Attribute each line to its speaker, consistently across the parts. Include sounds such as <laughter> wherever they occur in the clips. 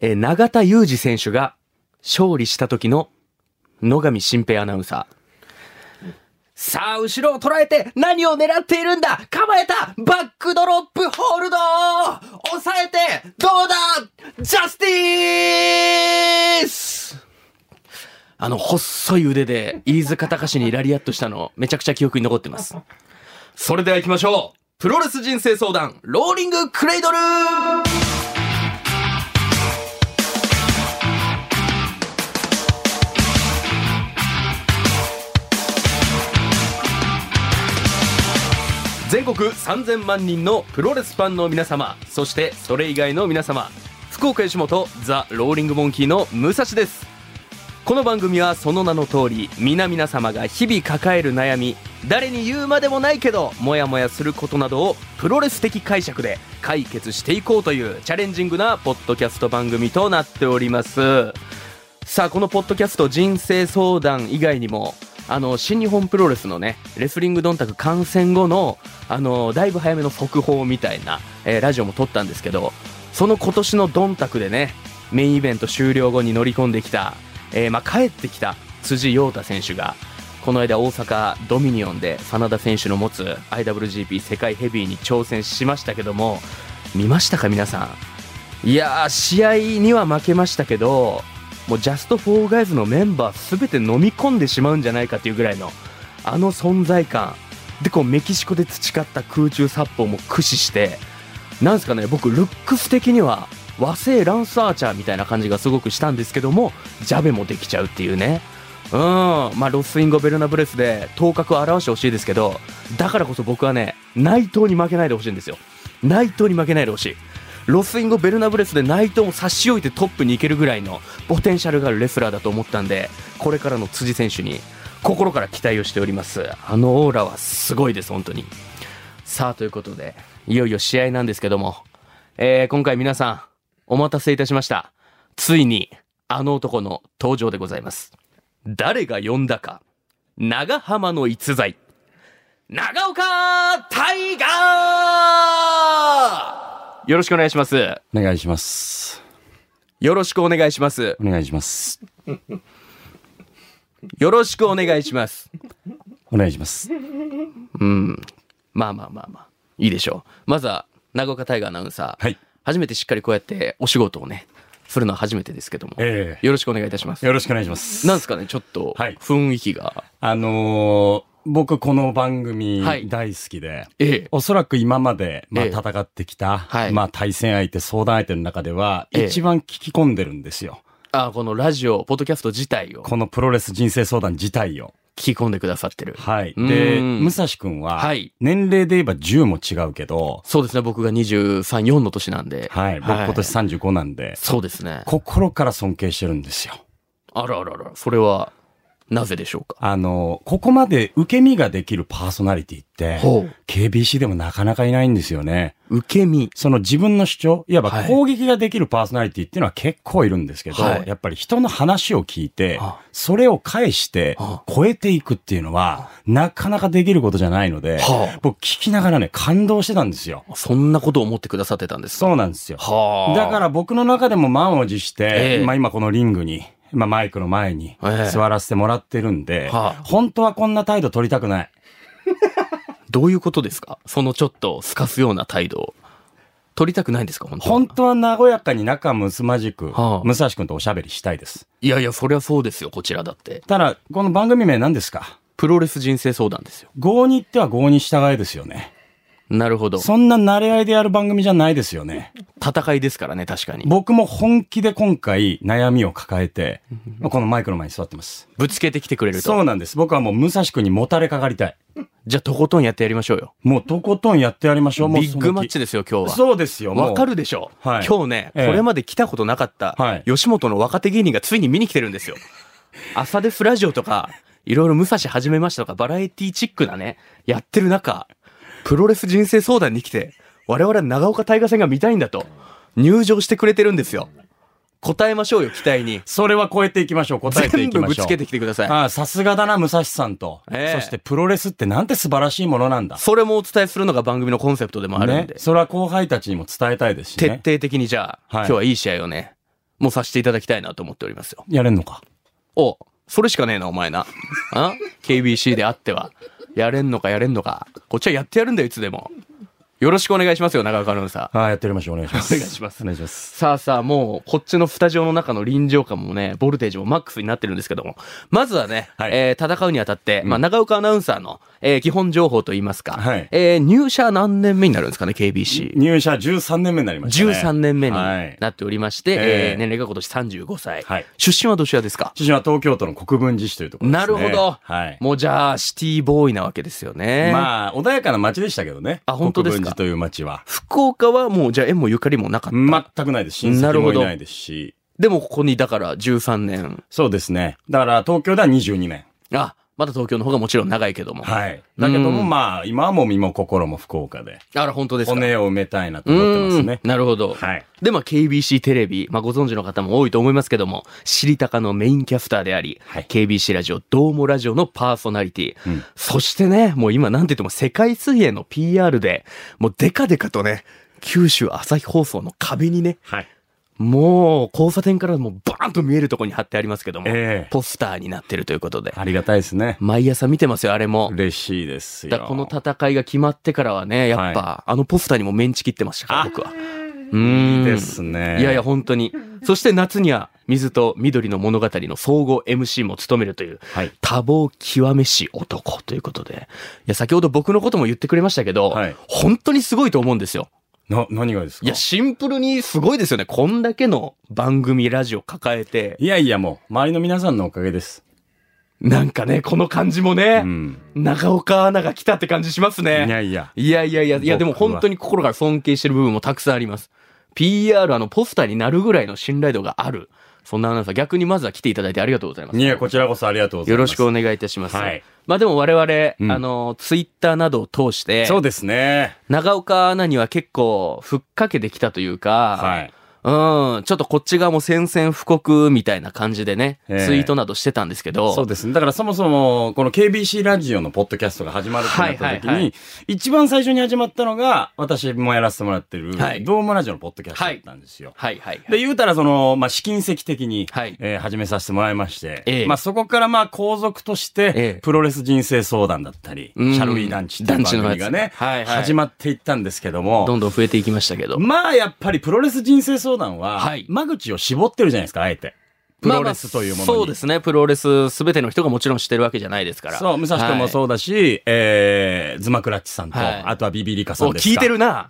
Speaker 1: えー永田裕二選手が勝利した時の野上新平アナウンサー。さあ、後ろを捉えて何を狙っているんだ構えたバックドロップホールド抑えてどうだジャスティースあの、細い腕で飯塚隆にラリアットしたの、めちゃくちゃ記憶に残ってます。それでは行きましょうプロレス人生相談、ローリングクレイドル全国3000万人のプロレスファンの皆様そしてそれ以外の皆様福岡吉本ザ・ローリングモンキーの武蔵ですこの番組はその名の通り皆々様が日々抱える悩み誰に言うまでもないけどモヤモヤすることなどをプロレス的解釈で解決していこうというチャレンジングなポッドキャスト番組となっておりますさあこのポッドキャスト人生相談以外にもあの新日本プロレスのねレスリングドンタク観戦後のあのだいぶ早めの速報みたいな、えーラジオも撮ったんですけどその今年のドンタクでねメインイベント終了後に乗り込んできた、えーまあ、帰ってきた辻陽太選手がこの間大阪ドミニオンで真田選手の持つ IWGP 世界ヘビーに挑戦しましたけども見ましたか皆さんいやー、試合には負けましたけど、もうジャスト・フォー・ガイズのメンバーすべて飲み込んでしまうんじゃないかっていうぐらいの、あの存在感。で、こう、メキシコで培った空中殺法も駆使して、なんですかね、僕、ルックス的には、和製ランスアーチャーみたいな感じがすごくしたんですけども、ジャベもできちゃうっていうね。うん、まあ、ロスインゴ・ベルナブレスで頭角を表してほしいですけど、だからこそ僕はね、内藤に負けないでほしいんですよ。内藤に負けないでほしい。ロスインゴ・ベルナブレスで内藤を差し置いてトップに行けるぐらいのポテンシャルがあるレスラーだと思ったんで、これからの辻選手に心から期待をしております。あのオーラはすごいです、本当に。さあ、ということで、いよいよ試合なんですけども、えー、今回皆さん、お待たせいたしました。ついに、あの男の登場でございます。誰が呼んだか、長浜の逸材、長岡大河よろしくお願いします。
Speaker 2: お願いします。
Speaker 1: よろしくお願いします。
Speaker 2: お願いします。
Speaker 1: よろしくお願いします。
Speaker 2: お願いします。
Speaker 1: まあまあまあまあ。いいでしょう。まずは、長岡大河アナウンサー。
Speaker 2: はい
Speaker 1: 初めてしっかりこうやってお仕事をね、するのは初めてですけども。
Speaker 2: ええ
Speaker 1: よろしくお願いいたします。
Speaker 2: よろしくお願いします。
Speaker 1: なんですかね、ちょっと、
Speaker 2: はい
Speaker 1: 雰囲気が。
Speaker 2: あのー僕この番組
Speaker 1: はい
Speaker 2: 大好きで、
Speaker 1: ええ。
Speaker 2: おそらく今まで、まあ、
Speaker 1: ええ
Speaker 2: 戦ってきた、
Speaker 1: はい
Speaker 2: まあ、対戦相手、相談相手の中では、
Speaker 1: ええ
Speaker 2: 一番聞き込んでるんですよ。
Speaker 1: あ、このラジオ、ポッドキャスト自体を聞
Speaker 2: このプロレス人生相談自体を。
Speaker 1: き込んでくださってる。
Speaker 2: はい。
Speaker 1: う
Speaker 2: で、
Speaker 1: ん
Speaker 2: 武蔵くんは、
Speaker 1: はい
Speaker 2: 年齢で言えば10も違うけど、
Speaker 1: そうですね、僕が23、4の年なんで。
Speaker 2: はい。僕今年35なんで、
Speaker 1: そうですね。
Speaker 2: 心から尊敬してるんですよ。
Speaker 1: あらあらあら、それは、なぜでしょうか。
Speaker 2: あの、ここまで受け身ができるパーソナリティって、
Speaker 1: ほう
Speaker 2: KBC でもなかなかいないんですよね。
Speaker 1: 受け身。
Speaker 2: その自分の主張、いわば
Speaker 1: はい
Speaker 2: 攻撃ができるパーソナリティっていうのは結構いるんですけど、
Speaker 1: はい
Speaker 2: やっぱり人の話を聞いて
Speaker 1: あ、
Speaker 2: それを返して
Speaker 1: あ、
Speaker 2: 超えていくっていうのは、なかなかできることじゃないので
Speaker 1: はあ、
Speaker 2: 僕聞きながらね、感動してたんですよ。
Speaker 1: そんなことを思ってくださってたんですか
Speaker 2: そうなんですよ。
Speaker 1: はあ。
Speaker 2: だから僕の中でも満を持して
Speaker 1: え、え
Speaker 2: まあ今このリングに、まあマイクの前に
Speaker 1: ええ
Speaker 2: 座らせてもらってるんで、
Speaker 1: はあ
Speaker 2: 本当はこんな態度取りたくない。
Speaker 1: どういうことですかそのちょっと透かすような態度を。取りたくないんですか本当は
Speaker 2: 本当は和やかに仲睦まじく、
Speaker 1: はあ
Speaker 2: 武蔵君とおしゃべりしたいです。
Speaker 1: いやいや、そりゃそうですよ、こちらだって。
Speaker 2: ただ、この番組名何ですか
Speaker 1: プロレス人生相談ですよ。
Speaker 2: 合に行っては合に従えですよね。
Speaker 1: なるほど。
Speaker 2: そんな慣れ合いでやる番組じゃないですよね。
Speaker 1: 戦いですからね、確かに。
Speaker 2: 僕も本気で今回悩みを抱えて、まあこのマイクの前に座ってます。
Speaker 1: ぶつけてきてくれる
Speaker 2: そ
Speaker 1: と。
Speaker 2: うなんです。僕はもう武蔵君にもたれかかりたい。
Speaker 1: じゃあ、とことんやってやりましょうよ。
Speaker 2: もうとことんやってやりましょう。もう
Speaker 1: ビッグマッチ
Speaker 2: で。
Speaker 1: ですよ、今日は。
Speaker 2: そうですよ。もう
Speaker 1: わかるでしょ、
Speaker 2: はい
Speaker 1: 今日ね、
Speaker 2: ええ
Speaker 1: これまで来たことなかった、
Speaker 2: はい
Speaker 1: 吉本の若手芸人がついに見に来てるんです <laughs> よ。朝ですラジオとか、いろいろ武蔵始めましたとか、バラエティチックなね、やってる中、プロレス人生相談に来て、我々は長岡大河戦が見たいんだと、入場してくれてるんですよ。答えましょうよ、期待に。
Speaker 2: それは超えていきましょう。答えて
Speaker 1: 全
Speaker 2: いき
Speaker 1: 部
Speaker 2: ま
Speaker 1: ぶ
Speaker 2: しょ
Speaker 1: つ
Speaker 2: う。
Speaker 1: けてきてください。
Speaker 2: ああ、さすがだな、武蔵さんと、
Speaker 1: ええ
Speaker 2: そしてプロレスってなんて素晴らしいものなんだ。
Speaker 1: それもお伝えするのが番組のコンセプトでもあるんで、
Speaker 2: ね、それは後輩たちにも伝えたいですし
Speaker 1: 徹
Speaker 2: ね
Speaker 1: 底。的にじゃあ、
Speaker 2: は
Speaker 1: 今
Speaker 2: い
Speaker 1: 日はいい試合をね、もさせていただきたいなと思っておりますよ。
Speaker 2: やれんのか。
Speaker 1: おそれしかねえな、お前な。あ ?KBC であっては。やれんのかやれんのか。こっちはやってやるんだよ、いつでも。よろしくお願いしますよ、長岡アナウンサー。
Speaker 2: ああ、やっておりましょう。お願いします。
Speaker 1: お願いします
Speaker 2: お願いします。
Speaker 1: さあさあ、もう、こっちのスタジオの中の臨場感もね、ボルテージもマックスになってるんですけども、まずはね、
Speaker 2: はい
Speaker 1: えー戦うにあたって、まあ、長岡アナウンサーの、えー基本情報といいますか、
Speaker 2: はい
Speaker 1: えー入社何年目になるんですかね、KBC。
Speaker 2: 入社13年目になりました、ね。
Speaker 1: 13年目に
Speaker 2: はい。
Speaker 1: なっておりまして、
Speaker 2: はい
Speaker 1: えー
Speaker 2: えー
Speaker 1: 年齢が今年35歳。
Speaker 2: はい
Speaker 1: 出身はどちらですか
Speaker 2: 出身は東京都の国分寺市というところで
Speaker 1: な
Speaker 2: すね。
Speaker 1: るほど、
Speaker 2: はい。
Speaker 1: もうじゃあ、シティボーイなわけですよね。
Speaker 2: まあ、穏やかな町でしたけどね。
Speaker 1: あ本当ですか
Speaker 2: 国分寺という町は。
Speaker 1: 福岡はもう、じゃあ縁もゆかりもなかった。
Speaker 2: 全くないです。親
Speaker 1: なる
Speaker 2: 戚
Speaker 1: ほ
Speaker 2: も
Speaker 1: ど
Speaker 2: いないですし。
Speaker 1: でも、ここに、だから、13年。
Speaker 2: そうですね。だから、東京では22年。
Speaker 1: あ、まだ東京の方がもちろん長いけども。
Speaker 2: はい。だけど
Speaker 1: う
Speaker 2: も、
Speaker 1: ん
Speaker 2: まあ、今はもう身も心も福岡で、
Speaker 1: あら、本当ですか。
Speaker 2: 骨を埋めたいなと思ってますね
Speaker 1: う。んなるほど。
Speaker 2: はい。
Speaker 1: で、まあ、KBC テレビ、まあ、ご存知の方も多いと思いますけども、知りたかのメインキャスターであり、
Speaker 2: はい
Speaker 1: KBC ラジオ、どうもラジオのパーソナリティ、
Speaker 2: うん
Speaker 1: そしてね、もう今なんて言っても世界水泳の PR で、もうデカデカとね、九州朝日放送の壁にね、
Speaker 2: はい。
Speaker 1: もう交差点からもうバーンと見えるところに貼ってありますけども、
Speaker 2: ええ
Speaker 1: ポスターになってるということで、
Speaker 2: ありがたいですね。
Speaker 1: 毎朝見てますよ、あれも。
Speaker 2: 嬉しいです
Speaker 1: だ
Speaker 2: よ。
Speaker 1: からこの戦いが決まってからはね、やっぱ、あのポスターにもメンチ切ってましたから、
Speaker 2: あ
Speaker 1: 僕は。うーん
Speaker 2: いいですね。
Speaker 1: いやいや、、本当に。そして夏には、水と緑の物語の総合 MC も務めるという、
Speaker 2: はい。
Speaker 1: 多忙極めし男ということで。いや、先ほど僕のことも言ってくれましたけど、
Speaker 2: はい
Speaker 1: 本当にすごいと思うんですよ。
Speaker 2: な、何がですか
Speaker 1: いや、シンプルにすごいですよね。こんだけの番組、ラジオ抱えて。
Speaker 2: いやいや、もう、周りの皆さんのおかげです。
Speaker 1: なんかね、この感じも
Speaker 2: う
Speaker 1: ね、
Speaker 2: ん。
Speaker 1: 長岡アナが来たって感じします
Speaker 2: い
Speaker 1: ね。
Speaker 2: やいや。
Speaker 1: いやいやいや、いやでも
Speaker 2: 僕は
Speaker 1: 本当に心から尊敬してる部分もたくさんあります。PR、あの、ポスターになるぐらいの信頼度がある。そんなアナウンサー、逆にまずは来ていただいてありがとうございます。
Speaker 2: いや、こちらこそありがとうござい
Speaker 1: よ
Speaker 2: ま
Speaker 1: ろ
Speaker 2: す。
Speaker 1: しくお願いいたします。
Speaker 2: はい
Speaker 1: まあでも我々、
Speaker 2: うん
Speaker 1: あの、ツイッターなどを通して、
Speaker 2: そうですね。
Speaker 1: 長岡アナには結構、ふっかけてきたというか、
Speaker 2: はい。
Speaker 1: うん、ちょっとこっち側も宣戦布告みたいな感じでね、
Speaker 2: ええ
Speaker 1: ツイートなどしてたんですけど、
Speaker 2: そうですね。だからそもそも、この KBC ラジオのポッドキャストが始まるってなった時に、
Speaker 1: はいはいは
Speaker 2: 一番最初に始まったのが、私もやらせてもらってる、
Speaker 1: はい
Speaker 2: ドームラジオのポッドキャストだったんですよ。
Speaker 1: はいはいはい。
Speaker 2: で、言うたら、その、まあ、試金石的に、
Speaker 1: はい
Speaker 2: えー始めさせてもらいまして、
Speaker 1: ええ
Speaker 2: まあ、そこから、まあ、後続として、
Speaker 1: ええ
Speaker 2: プロレス人生相談だったり、
Speaker 1: うん
Speaker 2: シャルウィー団地っていう番組が
Speaker 1: 団
Speaker 2: ね
Speaker 1: 地、のやつはいはい
Speaker 2: 始まっていったんですけども、
Speaker 1: どんどん増えていきましたけど。
Speaker 2: まあ、やっぱりプロレス人生相談は、
Speaker 1: はい
Speaker 2: 間口を絞ってるじゃないですか、あえて。プロレスというものに。
Speaker 1: まあまあそうですね。プロレスすべての人がもちろん知ってるわけじゃないですから。
Speaker 2: そう、武蔵君も
Speaker 1: う。
Speaker 2: そうだし、えー、ズマクラッチさんと、
Speaker 1: はい
Speaker 2: あとはビビリカさ
Speaker 1: そ
Speaker 2: ん
Speaker 1: う、
Speaker 2: ですか。
Speaker 1: 聞いてる
Speaker 2: <laughs>
Speaker 1: な。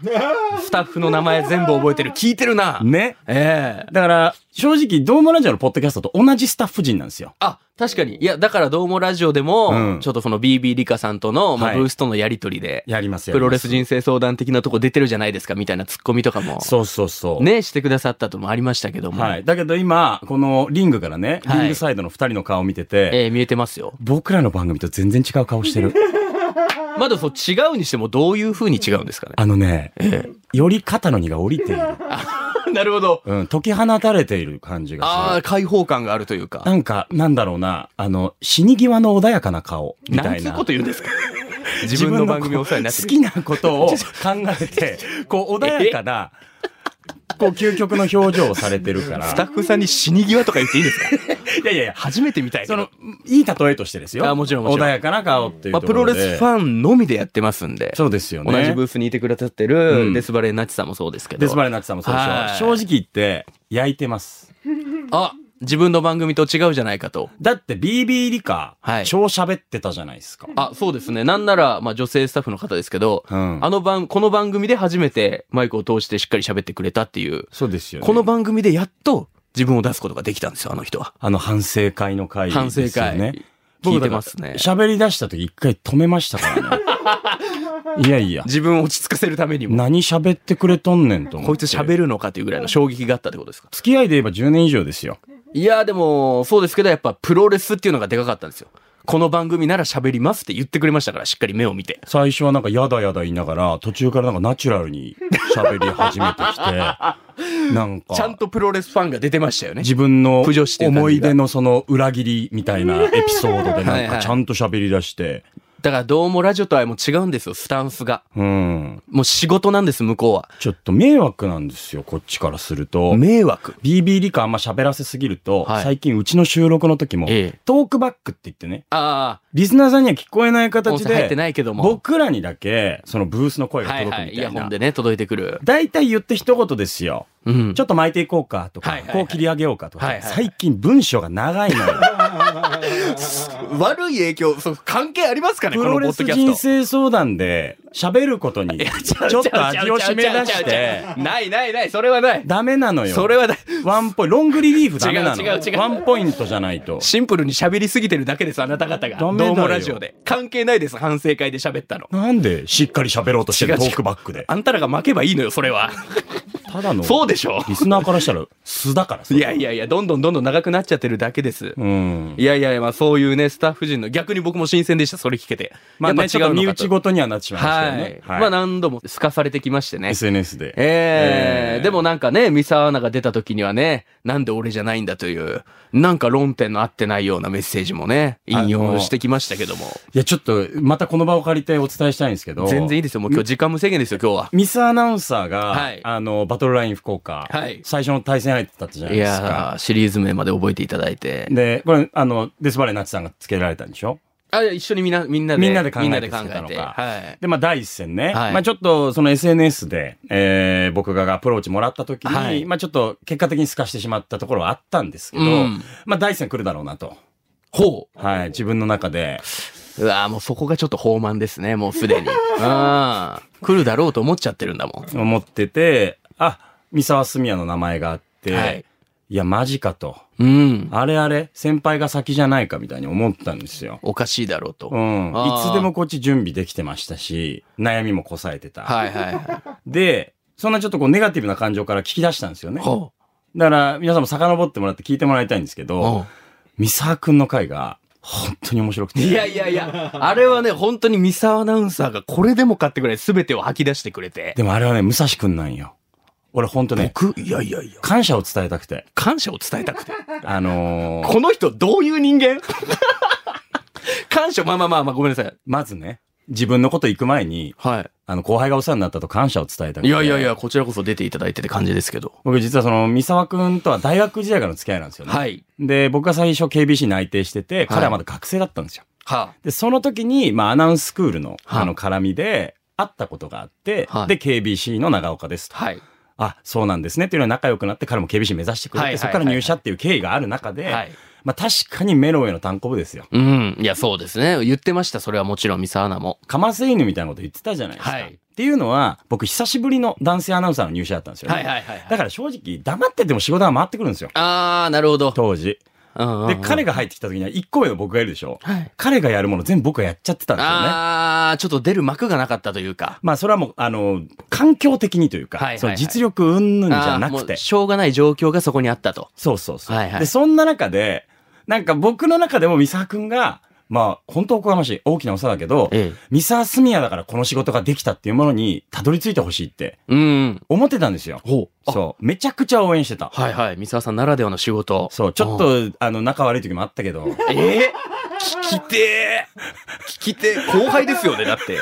Speaker 1: スタッフの名前全部覚えてる。聞いてるな。
Speaker 2: ね。
Speaker 1: ええ
Speaker 2: だから、正直、ドームラジオのポッドキャストと同じスタッフ陣なんですよ。
Speaker 1: あ、確かに。いや、だからどうもラジオでも、
Speaker 2: うん
Speaker 1: ちょっとその BB リカさんとの、まあ、
Speaker 2: はい
Speaker 1: ブースとのやりとりで、
Speaker 2: やりますよ。
Speaker 1: プロレス人生相談的なとこ出てるじゃないですか、みたいなツッコミとかも、
Speaker 2: そうそうそう。
Speaker 1: ね、してくださったともありましたけども。
Speaker 2: はい。だけど今、このリングからね、
Speaker 1: はい
Speaker 2: リングサイドの二人の顔を見てて、
Speaker 1: ええ見えてますよ。
Speaker 2: 僕らの番組と全然違う顔してる。
Speaker 1: <laughs> まだそう、違うにしてもどういう風に違うんです
Speaker 2: <laughs>
Speaker 1: かね。
Speaker 2: あのね、より肩の荷が降りている。
Speaker 1: なるほど。
Speaker 2: うん、解き放たれている感じ
Speaker 1: あ
Speaker 2: が
Speaker 1: あ、開放感があるという
Speaker 2: する。
Speaker 1: か。
Speaker 2: なんか、なんだろうな、あの、死に際の穏やかな顔、み
Speaker 1: な
Speaker 2: た
Speaker 1: ん
Speaker 2: い
Speaker 1: つう
Speaker 2: な。
Speaker 1: こと言うんですか <laughs> 自分の番組をお世話になって
Speaker 2: 好
Speaker 1: る
Speaker 2: きなことを考
Speaker 1: <laughs>
Speaker 2: えて、こう、穏やかな、こう、究極の表情をされてるから。
Speaker 1: スタッフさんに死に際とか言っていいんですか
Speaker 2: いやいやいや、
Speaker 1: 初めて見たいけ
Speaker 2: そ
Speaker 1: ど
Speaker 2: の、いい例えとしてですよ。
Speaker 1: あもちろんもちろん
Speaker 2: 穏やかな顔っていう
Speaker 1: まあ、
Speaker 2: とこ
Speaker 1: プ
Speaker 2: ろ
Speaker 1: ロ
Speaker 2: で。
Speaker 1: レスファンのみでやってますんで、
Speaker 2: そうですよね。
Speaker 1: 同じブースにいてくださってる、
Speaker 2: うん
Speaker 1: デスバレーナチさんもそうですけど、
Speaker 2: デスバレーナッチさんもそうでし
Speaker 1: はい
Speaker 2: ょ。正直言って、焼いてます。
Speaker 1: あ自分の番組と違うじゃないかと。
Speaker 2: だって BB 理科、
Speaker 1: はい
Speaker 2: 超喋ってたじゃないですか。
Speaker 1: あ、そうですね。なんなら、まあ、女性スタッフの方ですけど、
Speaker 2: うん
Speaker 1: あの番、この番組で初めてマイクを通してしっかり喋ってくれたっていう、
Speaker 2: そうですよね。
Speaker 1: この、番組でやっと自分を出すことができたんですよ、あの人は。
Speaker 2: あの反省会の会
Speaker 1: 反省
Speaker 2: ですよ
Speaker 1: 会。
Speaker 2: ね。
Speaker 1: 聞いてます
Speaker 2: 僕
Speaker 1: ね
Speaker 2: だ。から喋り出した時一回止めまし
Speaker 1: <laughs>
Speaker 2: たからね。いやいや、
Speaker 1: 自分を落ち着かせるためにも、
Speaker 2: 何喋ってくれとんねんと思
Speaker 1: こ
Speaker 2: っ
Speaker 1: い
Speaker 2: て。
Speaker 1: つ喋るのかというぐらいの衝撃があったってことですか
Speaker 2: 付き合いで言えば10年以上ですよ。
Speaker 1: いや、でも、そうですけど、やっぱプロレスっていうのがでかかったんですよ。この番組なら喋りますって言ってくれましたから、しっかり目を見て。
Speaker 2: 最初はなんかやだやだ言いながら、途中からなんかナチュラルに喋り始めてきて、
Speaker 1: <laughs>
Speaker 2: なんか。
Speaker 1: ちゃんとプロレスファンが出てましたよね。
Speaker 2: 自分の
Speaker 1: 駆除してる感じが <laughs>
Speaker 2: 思い出のその裏切りみたいなエピソード
Speaker 1: は
Speaker 2: でないん
Speaker 1: は
Speaker 2: か
Speaker 1: い
Speaker 2: ちゃんと喋り出して、
Speaker 1: だからどうもラジオとはもう違うんですよ、スタンスが。
Speaker 2: うん。
Speaker 1: もう仕事なんです、向こうは。
Speaker 2: ちょっと迷惑なんですよ、こっちからすると。
Speaker 1: 迷惑。
Speaker 2: BB 理科あんま喋らせすぎると、
Speaker 1: はい
Speaker 2: 最近うちの収録の時も、
Speaker 1: ええ。
Speaker 2: トークバックって言ってね、
Speaker 1: あ
Speaker 2: リスナーさんには聞こえない
Speaker 1: あ、音
Speaker 2: 形
Speaker 1: 声入って
Speaker 2: で、
Speaker 1: ないけども。
Speaker 2: 僕らにだけ、そのブースの声が
Speaker 1: はい
Speaker 2: 届くみ
Speaker 1: は
Speaker 2: た
Speaker 1: い。
Speaker 2: い
Speaker 1: イヤホ
Speaker 2: な
Speaker 1: ンで。ね、届いてくる。
Speaker 2: 大体言って一言ですよ。
Speaker 1: うん。
Speaker 2: ちょっと巻いていこうかとか、
Speaker 1: はいはいはい
Speaker 2: こう切り上げようかとか、
Speaker 1: はいはいはい
Speaker 2: 最近文章が長いの
Speaker 1: <laughs>
Speaker 2: よ。
Speaker 1: 悪い影響、そう関係ありますかね、
Speaker 2: プ
Speaker 1: こ
Speaker 2: ロ
Speaker 1: のポ
Speaker 2: レ
Speaker 1: ッ
Speaker 2: ス
Speaker 1: ドキャスト
Speaker 2: 人。生相談で喋ることに、ちょっと味を締め出して、
Speaker 1: ないないない、それはない。
Speaker 2: ダメなのよ。
Speaker 1: それはない。
Speaker 2: ワンポイント、ロングリリーフダメなの。
Speaker 1: 違う違う違う
Speaker 2: ワンポイントじゃないと。
Speaker 1: シンプルに喋りすぎてるだけです、あなた方が。
Speaker 2: ダ
Speaker 1: どう
Speaker 2: メだよ
Speaker 1: もラジオで。関係ないです、反省会で喋ったの。
Speaker 2: なんでしっかり喋ろうとして
Speaker 1: 違
Speaker 2: る
Speaker 1: う
Speaker 2: ト
Speaker 1: 違う
Speaker 2: ークバックで。
Speaker 1: あんたらが負けばいいのよ、それは。
Speaker 2: ただの、
Speaker 1: そうでしょ
Speaker 2: リスナーからしたら素だからさ。
Speaker 1: いやいやいや、どんどんどんどん長くなっちゃってるだけです。
Speaker 2: うん。
Speaker 1: いやいやいや、まあそういうね、スタッフ陣の、逆に僕も新鮮でした、それ聞けて。
Speaker 2: まあ
Speaker 1: や
Speaker 2: ね、
Speaker 1: っ
Speaker 2: ち
Speaker 1: ぱ
Speaker 2: ょっ
Speaker 1: 違う
Speaker 2: と身
Speaker 1: のか
Speaker 2: 内
Speaker 1: と。
Speaker 2: ごとにはなってしまいましたよ
Speaker 1: は
Speaker 2: ね
Speaker 1: い。。まあ何度も透かされてきましてね。
Speaker 2: SNS で。
Speaker 1: ええ
Speaker 2: ええ
Speaker 1: でもなんかね、三沢アナが出た時にはね、なんで俺じゃないんだという、なんか論点の合ってないようなメッセージもね、引用してきましたけども。
Speaker 2: いや、ちょっと、またこの場を借りてお伝えしたいんですけど。
Speaker 1: 全然いいですよ。もう今日時間無制限ですよ、今日は。
Speaker 2: ミスアナウンサーが、
Speaker 1: はい
Speaker 2: あの、バトルライン福岡、
Speaker 1: はい
Speaker 2: 最初の対戦相手だったじゃない
Speaker 1: い
Speaker 2: ですか。
Speaker 1: やー、シリーズ名まで覚えていただいて。
Speaker 2: で、これ、あの、デスバレーナチさんがつけられたんでしょ
Speaker 1: あ、一緒にみんな、みんなで。
Speaker 2: みんなで考え
Speaker 1: み
Speaker 2: て
Speaker 1: んなで考え
Speaker 2: つけ
Speaker 1: て。
Speaker 2: たのか
Speaker 1: はい。
Speaker 2: で、まあ、第一戦ね。
Speaker 1: はい
Speaker 2: まあ、ちょっと、その SNS で、えー、僕がアプローチもらった時に、
Speaker 1: はい
Speaker 2: まあ、ちょっと、結果的に透かしてしまったところはあったんですけど、
Speaker 1: うん
Speaker 2: まあ、第一戦来るだろうなと。
Speaker 1: ほ
Speaker 2: はい、自分の中で。
Speaker 1: う。うわーもうそこがちょっと放慢ですね、もうすで <laughs> に。うん。来るだろうと思っちゃってるんだもん。
Speaker 2: 思ってて、あ、三沢すみやの名前があって、
Speaker 1: はい
Speaker 2: い、や、マジかと。
Speaker 1: うん。
Speaker 2: あれあれ、先輩が先じゃないかみたいに思ったんですよ。
Speaker 1: おかしいだろうと。
Speaker 2: う
Speaker 1: はい
Speaker 2: ん。
Speaker 1: あー
Speaker 2: いつでもこっち準備できてましたし、悩みもこさえてた。
Speaker 1: はいはい。
Speaker 2: で、そんなちょっとこうネガティブな感情から聞き出したんですよね。
Speaker 1: ほ
Speaker 2: だから皆さんも遡ってもらって聞いてもらいたいんですけ
Speaker 1: う。
Speaker 2: ど、
Speaker 1: ほ
Speaker 2: 三沢くんの回が本当に面白く
Speaker 1: う
Speaker 2: て。
Speaker 1: いやいやいや、あれはね、本当に三沢アナウンサーがこれでもかってくらい全てを吐き出してくれて。
Speaker 2: でもあれはね、武蔵くんなんよ。俺本当ね、
Speaker 1: 僕いやいやいや。
Speaker 2: 感謝を伝えたくて。
Speaker 1: 感謝を伝えたくて。
Speaker 2: あのー
Speaker 1: この人どういう人間 <laughs> 感謝、まあまあまあまあ、ごめんなさい。
Speaker 2: まずね、自分のこと行く前に、
Speaker 1: は
Speaker 2: あの、後輩がお世話になったと感謝を伝えたくて。
Speaker 1: いやいやい。や、こちらこそ出ていただいてって感じですけど。
Speaker 2: 僕実はその、三沢くんとは大学時代からの付き合いなんですよね。
Speaker 1: はい。
Speaker 2: で、僕が最初 KBC 内定してて、彼はまだ学生だったんですよ。
Speaker 1: は
Speaker 2: で、その時に、まあ、アナウンススクールの、
Speaker 1: はい
Speaker 2: あの、絡みで、会ったことがあって、
Speaker 1: はい
Speaker 2: で、KBC の長岡ですと。
Speaker 1: はい。
Speaker 2: あ、そうなんですね。っていうのは仲良くなって、彼も KBC 目指してくれて、
Speaker 1: はいはいはい
Speaker 2: そこから入社っていう経緯がある中で、
Speaker 1: はい。
Speaker 2: まあ、確かにメロウェイの単行部ですよ。
Speaker 1: うん。いや、そうですね。言ってました。それはもちろん、ミサアナも。
Speaker 2: かませ犬みたいなこと言ってたじゃないですか。
Speaker 1: はい
Speaker 2: っていうのは、僕、久しぶりの男性アナウンサーの入社だったんですよ、ね。
Speaker 1: はいはい
Speaker 2: だから正直、黙ってても仕事が回ってくるんですよ。
Speaker 1: あー、なるほど。
Speaker 2: 当時。
Speaker 1: うんうんう
Speaker 2: で、
Speaker 1: ん
Speaker 2: 彼が入ってきた時には、1個目の僕がいるでしょ。
Speaker 1: はい
Speaker 2: 彼がやるもの全部僕がやっちゃってたんですよね。
Speaker 1: あー、ちょっと出る幕がなかったというか。
Speaker 2: まあそれはもう、あの、環境的にというか、
Speaker 1: はいはいはい
Speaker 2: その実力云々じゃな
Speaker 1: あー
Speaker 2: く
Speaker 1: もう
Speaker 2: て。
Speaker 1: しょうがない状況がそこにあったと。
Speaker 2: そうそうそう。
Speaker 1: はいはい
Speaker 2: で、そんな中で、なんか僕の中でも三沢くんが、まあ本当おこがましい、大きなお世話だけど、
Speaker 1: え
Speaker 2: 三沢すみやだからこの仕事ができたっていうものにたどり着いてほしいって
Speaker 1: え。うん。
Speaker 2: 思ってたんですよ。
Speaker 1: ほう。あ
Speaker 2: そう。めちゃくちゃ応援してた。
Speaker 1: はいはい。ミサさんならではの仕事。
Speaker 2: そう。ちょっ
Speaker 1: うん。
Speaker 2: と、あの、仲悪い時もあったけど、
Speaker 1: ええ聞きてー聞きてー後輩ですよね、だって。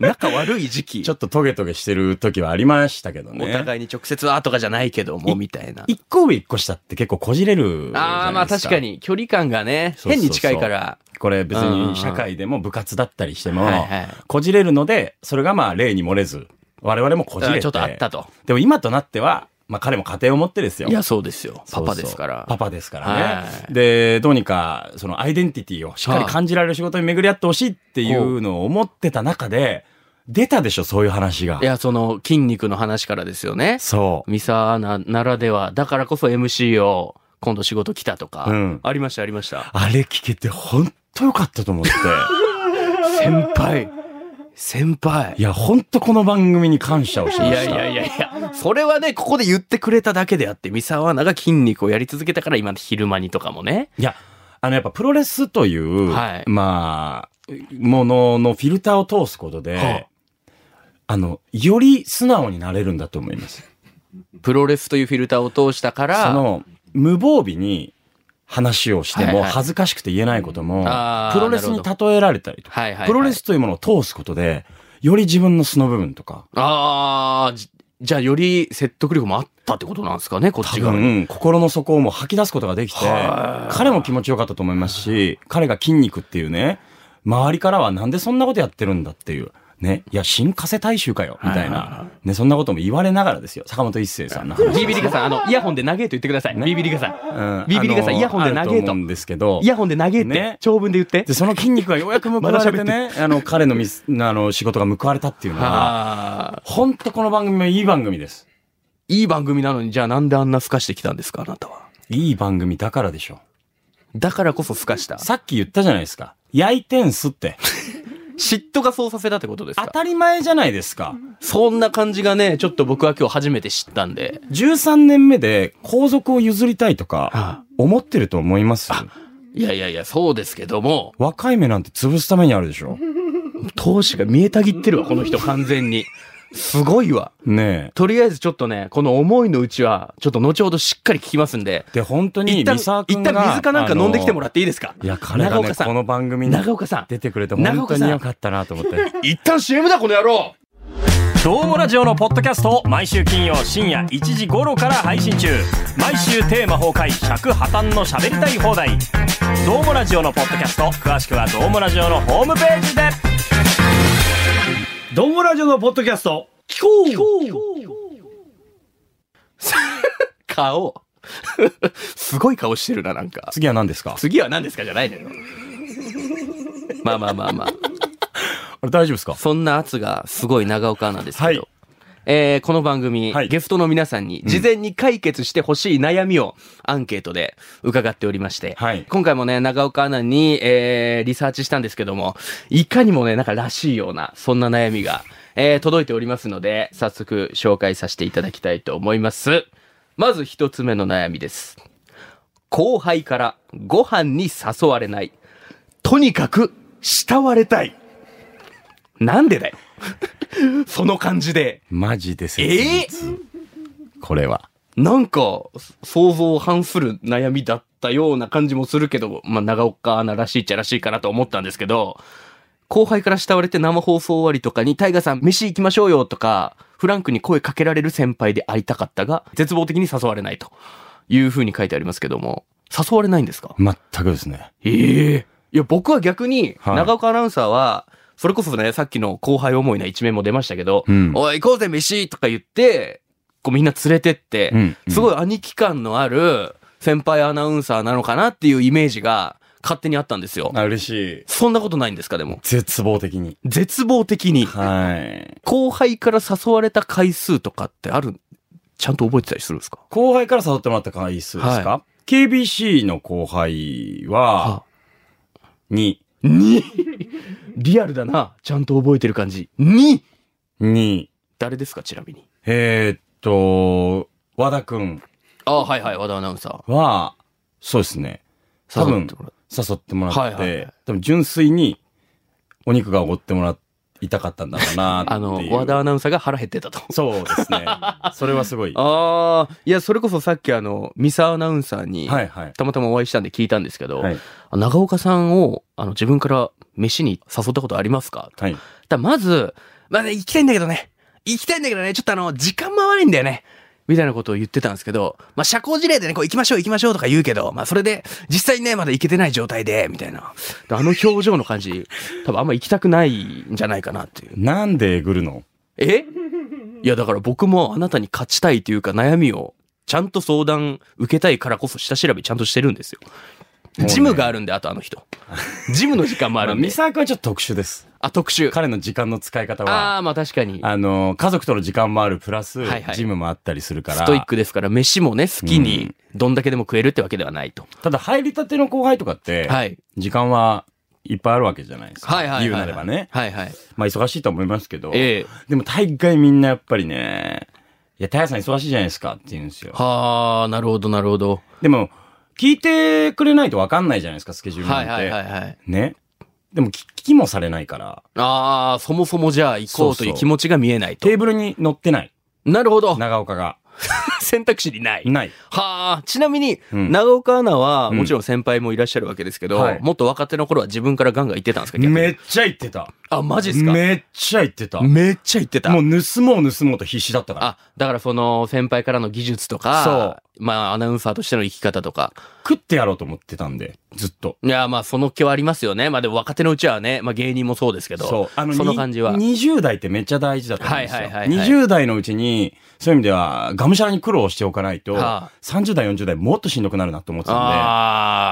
Speaker 1: 仲悪い時期。
Speaker 2: ちょっとトゲトゲしてる時はありましたけどね。
Speaker 1: お互いに直接はとかじゃないけども、
Speaker 2: い
Speaker 1: みたいな。
Speaker 2: 一個上一個下って結構こじれるじゃないですか。
Speaker 1: ああ、まあ確かに、距離感がね、
Speaker 2: そうそうそう
Speaker 1: 変に近いから。
Speaker 2: これ別
Speaker 1: うんうんうん
Speaker 2: に社会でも部活だったりしても
Speaker 1: はいはい、
Speaker 2: こじれるので、それがまあ例に漏れず、我々もこじれて。
Speaker 1: ちょっとあったと。
Speaker 2: でも今となっては、まあ彼も家庭を持ってですよ。
Speaker 1: いや、そうですよ。
Speaker 2: そ
Speaker 1: パ
Speaker 2: うそう
Speaker 1: パですから。
Speaker 2: パパですからね。
Speaker 1: はい
Speaker 2: で、どうにか、そのアイデンティティをしっかり感じられる仕事に巡り合ってほしいっていうのを思ってた中で、出たでしょ、そういう話が
Speaker 1: い。や、その、筋肉の話からですよね。
Speaker 2: そ
Speaker 1: ミサアナならでは、だからこそ MC を、今度仕事来たとか。
Speaker 2: うん
Speaker 1: ありました、ありました
Speaker 2: う。。あれ聞けて本当よかったと
Speaker 1: <laughs>
Speaker 2: 思って。
Speaker 1: 先輩。先輩。
Speaker 2: いや、本当この番組に感謝をし
Speaker 1: い
Speaker 2: ました。
Speaker 1: やいやいやいや、それはね、ここで言ってくれただけであって、ミサワナが筋肉をやり続けたから、今、昼間にとかもね。
Speaker 2: いや、あの、やっぱプロレスという、
Speaker 1: はい
Speaker 2: まあ、もののフィルターを通すことで、
Speaker 1: は
Speaker 2: あの、より素直になれるんだと思います。
Speaker 1: プロレスというフィルターを通したか
Speaker 2: そ
Speaker 1: ら、
Speaker 2: の、無防備に、話をして
Speaker 1: はい
Speaker 2: も
Speaker 1: はい
Speaker 2: 恥ずかしくて言えないことも、
Speaker 1: あー
Speaker 2: プロレスに例えられたりとか、
Speaker 1: はいはい、はい。
Speaker 2: プロレスというものを通すことで、より自分の素の部分とか、
Speaker 1: ああ、じじゃあより説得力もあったってことなんですかね、こっ
Speaker 2: 多
Speaker 1: ちが。
Speaker 2: 分、心の底をもう吐き出すことができて
Speaker 1: は、い
Speaker 2: 彼も気持ちよかったと思いますし、彼が筋肉っていうね、周りからはなんでそんなことやってるんだっていう、ね、いや、新加瀬大衆かよ、みたい
Speaker 1: はいはいは
Speaker 2: な、ね、そんなことも言われながらですよ、坂本一生さんの話。
Speaker 1: ビビリカさん、あの、イヤホンで投げと言ってください。ビビリカさん。
Speaker 2: うん
Speaker 1: <laughs> ビビリがさ
Speaker 2: あの
Speaker 1: イヤホンで投げと
Speaker 2: ある思うんですけど
Speaker 1: イ、ヤホンで投げって、
Speaker 2: ね
Speaker 1: 長文で言って
Speaker 2: で。その筋肉がようやく報われてね、 <laughs> あの、彼のミス、あの、仕事が報われたっていうのは、
Speaker 1: ああ、
Speaker 2: 本当この番組はいい番組です。
Speaker 1: いい番組なのに、じゃあなんであんな透かしてきたんですか、あなたは。
Speaker 2: いい番組だからでしょ。
Speaker 1: だからこそ透かした。
Speaker 2: さっき言ったじゃないですか。焼いてん
Speaker 1: <laughs>
Speaker 2: すって。
Speaker 1: 嫉妬がそうさせたってことです
Speaker 2: 当
Speaker 1: か
Speaker 2: たり前じゃないですか。
Speaker 1: そんな感じがね、ちょっと僕は今日初めて知ったんで。
Speaker 2: 13年目で皇族を譲りたいとか
Speaker 1: あ、
Speaker 2: 思ってると思います
Speaker 1: いやいやいや、そうですけども、
Speaker 2: 若い目なんて潰すためにあるでしょ。
Speaker 1: 闘志が見えたぎってるわ、この人完全に。すごいわ。
Speaker 2: ね
Speaker 1: とりあえずちょっとね、この思いのうちは、ちょっと後ほどしっかり聞きますんで
Speaker 2: え。、で、本当に、
Speaker 1: 一旦、
Speaker 2: 三沢
Speaker 1: 一
Speaker 2: 君が。
Speaker 1: 旦水かなんか飲んできても
Speaker 2: ら
Speaker 1: らっていいですか
Speaker 2: いや、彼が
Speaker 1: 長
Speaker 2: ね、
Speaker 1: 岡さん
Speaker 2: この番組に
Speaker 1: 長岡さん。
Speaker 2: 出てくれて本当によかったなと思って。
Speaker 1: 一旦 CM だ、この野郎
Speaker 2: どうもラジオのポッドキャストを毎週金曜深夜1時頃から配信中毎週テーマ崩壊尺破綻の喋りたい放題どうもラジオのポッドキャスト詳しくはどうもラジオのホームページで
Speaker 3: どんもラジオのポッドキャスト、聞こう聞こ
Speaker 1: 顔。 <laughs> すごい顔してるな、なんか。
Speaker 2: 次は何ですか
Speaker 1: 次は何ですかじゃないのよ。まあまあまあまあ。
Speaker 2: あれ大丈夫ですか
Speaker 1: そんな圧がすごい長岡なんですけど、
Speaker 2: はい
Speaker 1: えーこの番組、
Speaker 2: はい
Speaker 1: ゲストの皆さんに事前に解決してほしい悩みをアンケートで伺っておりまして、
Speaker 2: はい
Speaker 1: 今回もね、長岡アナに、えーリサーチしたんですけども、いかにもね、なんからしいような、そんな悩みが、えー届いておりますので、早速紹介させていただきたいと思います。まず一つ目の悩みです。後輩からご飯に誘われない。とにかく、慕われたい。なんでだよ。 <laughs> その感じで。
Speaker 2: マジです
Speaker 1: ええ
Speaker 2: これは
Speaker 1: なんか、想像を反する悩みだったような感じもするけど、まあ、長岡アナらしいっちゃらしいかなと思ったんですけど、後輩から慕われて生放送終わりとかに、タイガさん飯行きましょうよとか、フランクに声かけられる先輩で会いたかったが、絶望的に誘われないという風に書いてありますけども、誘われないんですか
Speaker 2: 全くですね
Speaker 1: ええいや、僕は逆に、
Speaker 2: はい
Speaker 1: 長岡アナウンサーは、それこそね、さっきの後輩思いな一面も出ましたけど、
Speaker 2: うん
Speaker 1: おい、行こうぜ、飯とか言って、こうみんな連れてって、
Speaker 2: うんうん
Speaker 1: すごい兄貴感のある先輩アナウンサーなのかなっていうイメージが勝手にあったんですよ。
Speaker 2: あ嬉しい
Speaker 1: そんなことないんですか、でも。
Speaker 2: 絶望的に
Speaker 1: 絶望的に、
Speaker 2: はい
Speaker 1: 後輩から誘われた回数とかってある、ちゃんと覚えてたりするんですか
Speaker 2: 後輩から誘ってもらった回数ですか、KBC の後輩は
Speaker 1: は
Speaker 2: 2
Speaker 1: 2! リアルだな。ちゃんと覚えてる感じ。2!
Speaker 2: 2
Speaker 1: 誰ですか、ちなみに。
Speaker 2: えー、っと和田くん
Speaker 1: ああ、はいはい、和田アナウンサー。
Speaker 2: は、そうですね。多分誘ってもらって、
Speaker 1: はいはいはい
Speaker 2: 多分純粋にお肉がおごってもらいたかったんだろうなってい
Speaker 1: <laughs> あ
Speaker 2: う。
Speaker 1: の、和田アナウンサーが腹減ってたと。
Speaker 2: そうで
Speaker 1: <laughs>
Speaker 2: すね。それはすごい。
Speaker 1: あ
Speaker 2: は
Speaker 1: あ、いや、それこそさっきあの、ミサアナウンサー
Speaker 2: い
Speaker 1: に、
Speaker 2: はい。
Speaker 1: たまたまお会いしたんで聞いたんですけど、
Speaker 2: はい。
Speaker 1: 長岡さんを、あの、自分から飯に誘ったことありますか
Speaker 2: はい。
Speaker 1: だまず、まあね、行きたいんだけどね。行きたいんだけどね、ちょっとあの、時間も合わないんだよね。みたいなことを言ってたんですけど、まあ、社交辞令でね、こう、行きましょう行きましょうとか言うけど、まあ、それで、実際にね、まだ行けてない状態で、みたいな。であの表情の感じ、多分あんま行きたくないんじゃないかなっていう。
Speaker 2: なんでえぐるの
Speaker 1: えいやだから僕もあなたに勝ちたいというか悩みをちゃんと相談受けたいからこそ下調べちゃんとしてるんですよ。
Speaker 2: うね
Speaker 1: ジムがあるんで、あとあの人。ジムの時間もあ
Speaker 2: あ
Speaker 1: る
Speaker 2: の、 <laughs>
Speaker 1: んで
Speaker 2: 三。沢君はちょっと特殊です。
Speaker 1: あ、特集。
Speaker 2: 彼の時間の使い方は、
Speaker 1: ああ、まあ確かに。
Speaker 2: あの、家族との時間もある、プラス、
Speaker 1: はいはい
Speaker 2: ジムもあったりするから。
Speaker 1: ストイックですから、飯もね、好き
Speaker 2: う
Speaker 1: に、どんだけでも食えるってわけではないと。
Speaker 2: ただ、入りたての後輩とかって、
Speaker 1: はい。
Speaker 2: 時間はいっぱいあるわけじゃないですか。
Speaker 1: はいはいはい。
Speaker 2: 言うなればね。
Speaker 1: はいはい。
Speaker 2: まあ、忙しいと思いますけど。
Speaker 1: ええ。
Speaker 2: でも大概みんなやっぱりね、いや、タヤさん忙しいじゃないですかって言うんですよ。
Speaker 1: はあ、なるほどなるほど。
Speaker 2: でも、聞いてくれないと分かんないじゃないですか、スケジュールな
Speaker 1: は
Speaker 2: ん
Speaker 1: い
Speaker 2: て。
Speaker 1: はいはいはい。
Speaker 2: ね。でも聞聞きもされないから、
Speaker 1: ああ、そもそもじゃあ行こうという気持ちが見えないと
Speaker 2: テ。ーブルに乗ってない。
Speaker 1: なるほど。
Speaker 2: 長岡が。
Speaker 1: <laughs> 選択肢にない。
Speaker 2: ない。
Speaker 1: はあ、ちなみに、
Speaker 2: うん
Speaker 1: 長岡アナは、
Speaker 2: ん
Speaker 1: もちろん先輩もいらっしゃるわけですけど、
Speaker 2: はい
Speaker 1: もっと若手の頃は自分からガンガン言ってたんですか逆に
Speaker 2: めっちゃ言ってた。
Speaker 1: あ、マジっすか
Speaker 2: めっちゃ言ってた。もう
Speaker 1: めっちゃ言ってた。
Speaker 2: 盗もう盗もうと必死だったから。
Speaker 1: あ、だからその、先輩からの技術とか、まあ、アナウンサーとしての生き方とか。
Speaker 2: 食ってやろうと思ってたんで、ずっと。
Speaker 1: いや、まあ、その気はありますよね。まあ、でも若手のうちはね、まあ、芸人もそうですけど、
Speaker 2: そう。あの、
Speaker 1: その
Speaker 2: に
Speaker 1: 感じは。
Speaker 2: 20代ってめっちゃ大事だと思うんですよ。
Speaker 1: はいはいはいはい
Speaker 2: 20代のうちに、そういう意味では、がむしゃらに苦労しておかないと、
Speaker 1: はあ
Speaker 2: 30代、40代もっとしんどくなるなと思ってたん
Speaker 1: あ
Speaker 2: で、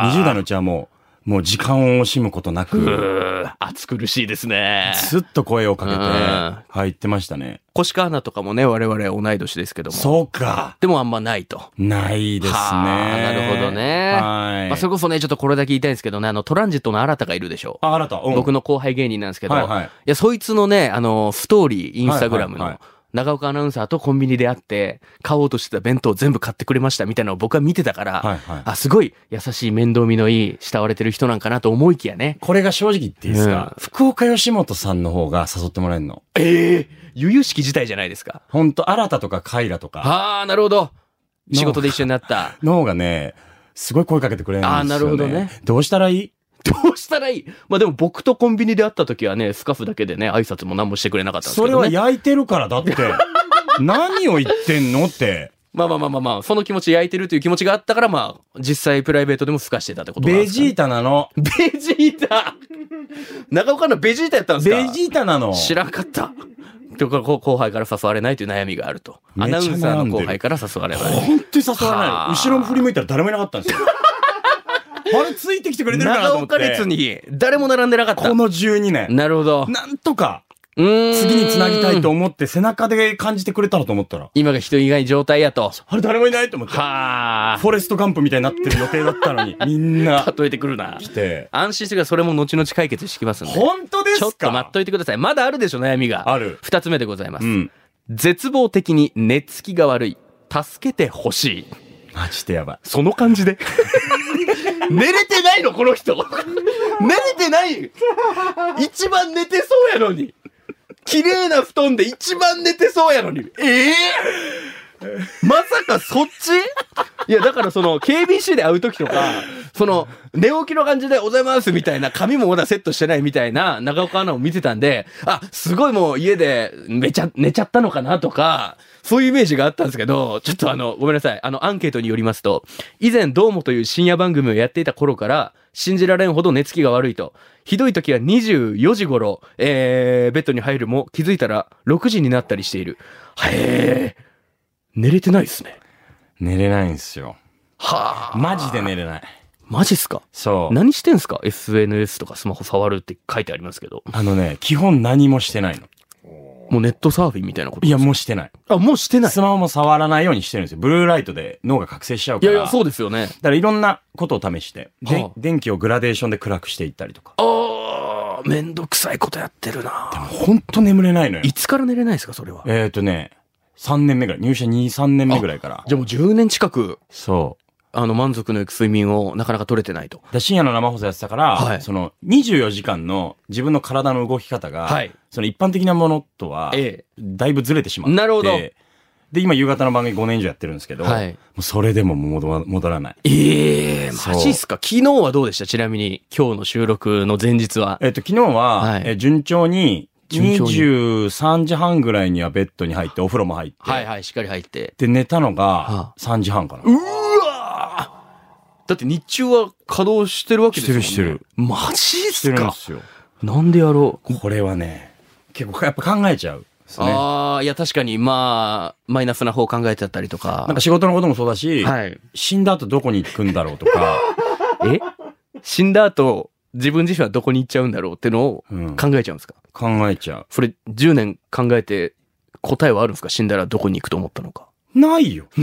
Speaker 1: あ。
Speaker 2: 20代のうちはもう、もう時間を惜しむことな
Speaker 1: う
Speaker 2: く、
Speaker 1: ー暑苦しいですね。
Speaker 2: ずっと声をかけて、
Speaker 1: うん
Speaker 2: はい、言ってましたね。
Speaker 1: 腰川アナとかもね、我々同い年ですけども。
Speaker 2: そうか。
Speaker 1: でもあんまないと。
Speaker 2: ないですね。
Speaker 1: はあなるほどね。
Speaker 2: はい。
Speaker 1: まあ、それこそね、ちょっとこれだけ言いたいんですけどね、あの、トランジットの新たがいるでしょ。
Speaker 2: あ、新た。うん
Speaker 1: 僕の後輩芸人なんですけど、
Speaker 2: はい
Speaker 1: い
Speaker 2: はい
Speaker 1: や、そいつのね、あの、ストーリー、インスタグラム
Speaker 2: はいは
Speaker 1: の
Speaker 2: い、
Speaker 1: 長岡アナウンサーとコンビニで会って、買おうとしてた弁当全部買ってくれましたみたいなのを僕は見てたから、
Speaker 2: はいはい
Speaker 1: あ、すごい優しい面倒見のいい、慕われてる人なんかなと思いきやね。
Speaker 2: これが正直言っていいですか、
Speaker 1: う
Speaker 2: 福岡吉本さんの方が誘ってもらえるの。
Speaker 1: ええ由々しき自体じゃないですか。
Speaker 2: ほんと、新たとかカイラとか、
Speaker 1: ああ、なるほど。仕事で一緒になった。
Speaker 2: の方がね、すごい声かけてくれるんですよ、ね。
Speaker 1: あーなるほどね。
Speaker 2: どうしたらいい
Speaker 1: どうしたらいいまあでも僕とコンビニで会った時はね、スカーフだけでね、挨拶も何もしてくれなかったんです
Speaker 2: そ
Speaker 1: け
Speaker 2: れ
Speaker 1: ど、
Speaker 2: は
Speaker 1: ね。
Speaker 2: 焼いてるから
Speaker 1: <laughs>
Speaker 2: だって。何を言ってんのって。
Speaker 1: まあまあまあまあまあ、その気持ち焼いてるという気持ちがあったから、まあ、実際プライベートでもスカしてたってことなん
Speaker 2: ベ
Speaker 1: ですか、
Speaker 2: ジー
Speaker 1: ね。
Speaker 2: タなの。
Speaker 1: ベジー
Speaker 2: <laughs>
Speaker 1: タ中岡のベジータやったんですか
Speaker 2: ベジータなの。
Speaker 1: 知らんかった。とか、こう後輩から誘われないという悩みがあると。ア
Speaker 2: め
Speaker 1: ナウ
Speaker 2: ちゃ悩んでる
Speaker 1: ンサーの後輩から誘われない。
Speaker 2: 本当に誘われない
Speaker 1: はあ
Speaker 2: の。後ろ振り向いたら誰もいなかったんですよ。あれついてきてくれてるかなと
Speaker 1: 長
Speaker 2: 思って。
Speaker 1: 岡列に誰も並んでなかった
Speaker 2: こ。の12年。
Speaker 1: なるほど。
Speaker 2: なんとか
Speaker 1: うーん
Speaker 2: 次につなぎたいと。思って背中で感じてくれたらと思ったら。
Speaker 1: 今が人以外状態やと。
Speaker 2: あれ誰もいないと思って。
Speaker 1: はあ
Speaker 2: フ。ォレストガンプみたいになってる予定だったのに、み
Speaker 1: <laughs>
Speaker 2: んな
Speaker 1: 例えてくるな。
Speaker 2: 来て。
Speaker 1: 安心してください。それも後々解決してきますんで。
Speaker 2: 本当です
Speaker 1: ち
Speaker 2: か
Speaker 1: ょっと待っといてください。まだあるでしょ、悩みが。
Speaker 2: ある
Speaker 1: 二つ目でございます。
Speaker 2: うん。
Speaker 1: 絶望的に寝つきが悪い。助けてほしい。
Speaker 2: マジでやばい。
Speaker 1: その感じ <laughs> で。寝れてないの、この <laughs> 人。寝れてない。一番寝てそうやのに。綺麗な布団で一番寝てそうやのに。ええまさかそっちいや、だからその、KBC で会う時とか、その、寝起きの感じでおはようございますみたいな、髪もまだセットしてないみたいな、長岡アナを見てたんで、あ、すごいもう家で、めちゃ、寝ちゃったのかなとか、そういうイメージがあったんですけど、ちょっとあの、ごめんなさい。あの、アンケートによりますと、以前、どうもという深夜番組をやっていた頃から、信じられんほど寝つきが悪いと。ひどい時は24時頃、えー、ベッドに入るも、気づいたら6時になったりしている。へえ、寝れてないですね。
Speaker 2: 寝れないんですよ。
Speaker 1: はあ。
Speaker 2: マジで寝れない。
Speaker 1: マジっすか
Speaker 2: そう。
Speaker 1: 何してんすか ?SNS とかスマホ触るって書いてありますけど。
Speaker 2: あのね、基本何もしてないの。
Speaker 1: もうネットサーフィンみたいなこと
Speaker 2: い
Speaker 1: い
Speaker 2: や、、もうしてない。
Speaker 1: あ、もうしてない。
Speaker 2: スマホも触らないようにしてるんですよ。ブルーライトで脳が覚醒しちゃう
Speaker 1: い
Speaker 2: か
Speaker 1: や
Speaker 2: ら。。
Speaker 1: いや、そううですよね。
Speaker 2: だからいろんなことを試して、で
Speaker 1: はあ
Speaker 2: 電気をグラデーションで暗くしていったりとか。
Speaker 1: ああ、めんどくさいことやってるな
Speaker 2: ほんと眠れないのよ
Speaker 1: い。つから寝れないですか、それは。
Speaker 2: えっ、ー、とね、3年目ぐらい、入社2、3年目ぐらいから。
Speaker 1: じゃあもう10年近く、
Speaker 2: そ
Speaker 1: あの、満足のいく睡眠をなかなか取れてないと。
Speaker 2: う。だ深夜の生放送やってたから、
Speaker 1: はい
Speaker 2: その24時間の自分の体の動き方が、
Speaker 1: はい
Speaker 2: その一般的なものとは、
Speaker 1: ええ
Speaker 2: だいぶずれてしまって。
Speaker 1: なるほど
Speaker 2: で、今夕方の番組5年以上やってるんですけど、
Speaker 1: はい
Speaker 2: もうそれでも戻ら戻らない。
Speaker 1: ええ
Speaker 2: そう
Speaker 1: マジっすか昨日はどうでしたちなみに、今日の収録の前日は。
Speaker 2: えっ、と、昨日は、
Speaker 1: はい
Speaker 2: え順調に、
Speaker 1: 順調に
Speaker 2: 23時半ぐらいにはベッドに入って、お風呂も入って、
Speaker 1: はいはい、しっかり入って。
Speaker 2: で、寝たのが
Speaker 1: はあ
Speaker 2: 3時半かな。
Speaker 1: うわだって日中は稼働してるわけですよ、ね。
Speaker 2: してるしてる。
Speaker 1: マジっ
Speaker 2: して
Speaker 1: す
Speaker 2: るんで
Speaker 1: か
Speaker 2: すよ。
Speaker 1: なんでやろう
Speaker 2: これはね、結構やっぱ考えちゃうですね。
Speaker 1: ああ、いや確かに、まあ、マイナスな方考えてたりとか。
Speaker 2: なんか仕事のこともそうだし、
Speaker 1: はい。
Speaker 2: 死んだ後どこに行くんだろうとか、
Speaker 1: え <laughs> 死んだ後、自分自身はどこに行っちゃうんだろうってのを
Speaker 2: うん
Speaker 1: 考えちゃうんですか、
Speaker 2: 考えちゃ
Speaker 1: それ、10年考えて答えはあるんですか死んだらどこに行くと思ったのか。
Speaker 2: う。ないよ。 <laughs>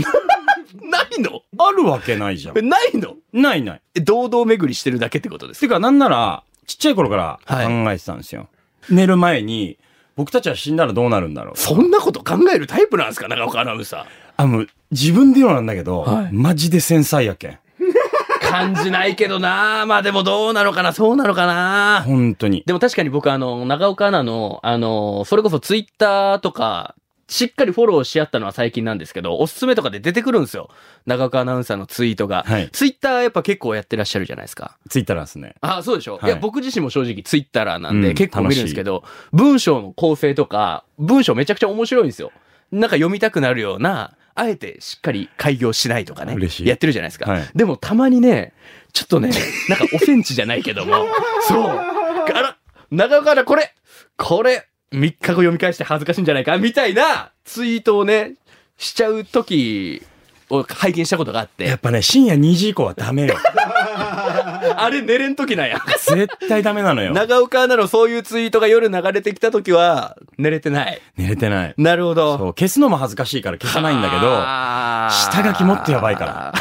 Speaker 1: ないの
Speaker 2: あるわけないじゃん。
Speaker 1: ないの
Speaker 2: ないない。
Speaker 1: え堂々巡りしてるだけってことです
Speaker 2: てか、なんなら、ちっちゃい頃から考えてたんですよ。寝る前に、僕たちは死んだらどうなるんだろう。
Speaker 1: そんなこと考えるタイプなんですか長岡アナウンサ
Speaker 2: あの、自分で言うのなんだけど、
Speaker 1: はい
Speaker 2: マジで繊細やけん。
Speaker 1: ー。感じないけどなまあでもどうなのかなそうなのかな
Speaker 2: 本当に。
Speaker 1: でも確かに僕あの、長岡アナの、あの、それこそツイッターとか、しっかりフォローし合ったのは最近なんですけど、おすすめとかで出てくるんですよ。長岡アナウンサーのツイートが。
Speaker 2: はい
Speaker 1: ツイッターやっぱ結構やってらっしゃるじゃないですか。
Speaker 2: ツイッターですね。
Speaker 1: あそうでしょ、
Speaker 2: はい
Speaker 1: い、や、僕自身も正直ツイッターなんで、
Speaker 2: うん
Speaker 1: 結構見るんですけど、文章の構成とか、文章めちゃくちゃ面白いんですよ。なんか読みたくなるような、あえてしっかり開業しないとかね。
Speaker 2: 嬉しい
Speaker 1: やってるじゃないですか。
Speaker 2: はい
Speaker 1: でもたまにね、ちょっとね、なんかオセンチじゃないけど
Speaker 2: <laughs>
Speaker 1: も、そう。あら、長岡アナこれ、これ、3日後読み返して恥ずかしいんじゃないかみたいなツイートをね、しちゃう時を拝見したことがあっ
Speaker 2: や
Speaker 1: て
Speaker 2: っ、ぱね、深夜2時以降はダメよ。
Speaker 1: あれ寝れん時なんや。
Speaker 2: <laughs> 絶対ダメなのよ。
Speaker 1: 長岡アナのそういうツイートが夜流れてきた時は、寝れてない。
Speaker 2: 寝れてない。
Speaker 1: なるほど。
Speaker 2: そう、消すのも恥ずかしいから消さないんだけど、
Speaker 1: ど。
Speaker 2: 下書きもっとやばいから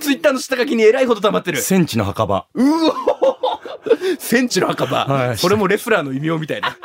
Speaker 1: ツイッターの下書きにえらいほど溜まってる。
Speaker 2: センチの墓場。
Speaker 1: うおーセンチの墓場。
Speaker 2: はい
Speaker 1: それもレスラーの異名みたいな。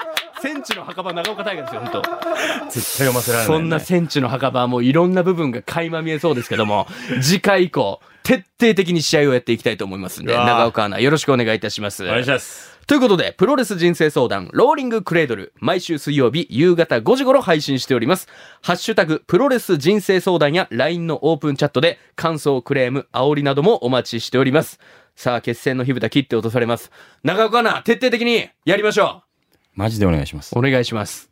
Speaker 1: センチの墓場長岡大河ですよ、本当。
Speaker 2: 絶対読ませられない、
Speaker 1: そんな戦地の墓場はもういろんな部分が垣間見えそうですけども、次回以降、徹底的に試合をやっていきたいと思いますんで、
Speaker 2: うわー
Speaker 1: 長岡アナよろしくお願いいたします。
Speaker 2: お願いします。
Speaker 1: ということで、プロレス人生相談、ローリングクレードル、毎週水曜日夕方5時頃配信しております。ハッシュタグ、プロレス人生相談や LINE のオープンチャットで、感想、クレーム、煽りなどもお待ちしております。さあ、決戦の火蓋切って落とされます。長岡アナ、徹底的にやりましょ
Speaker 2: マジでお願いします。
Speaker 1: う。お願いします。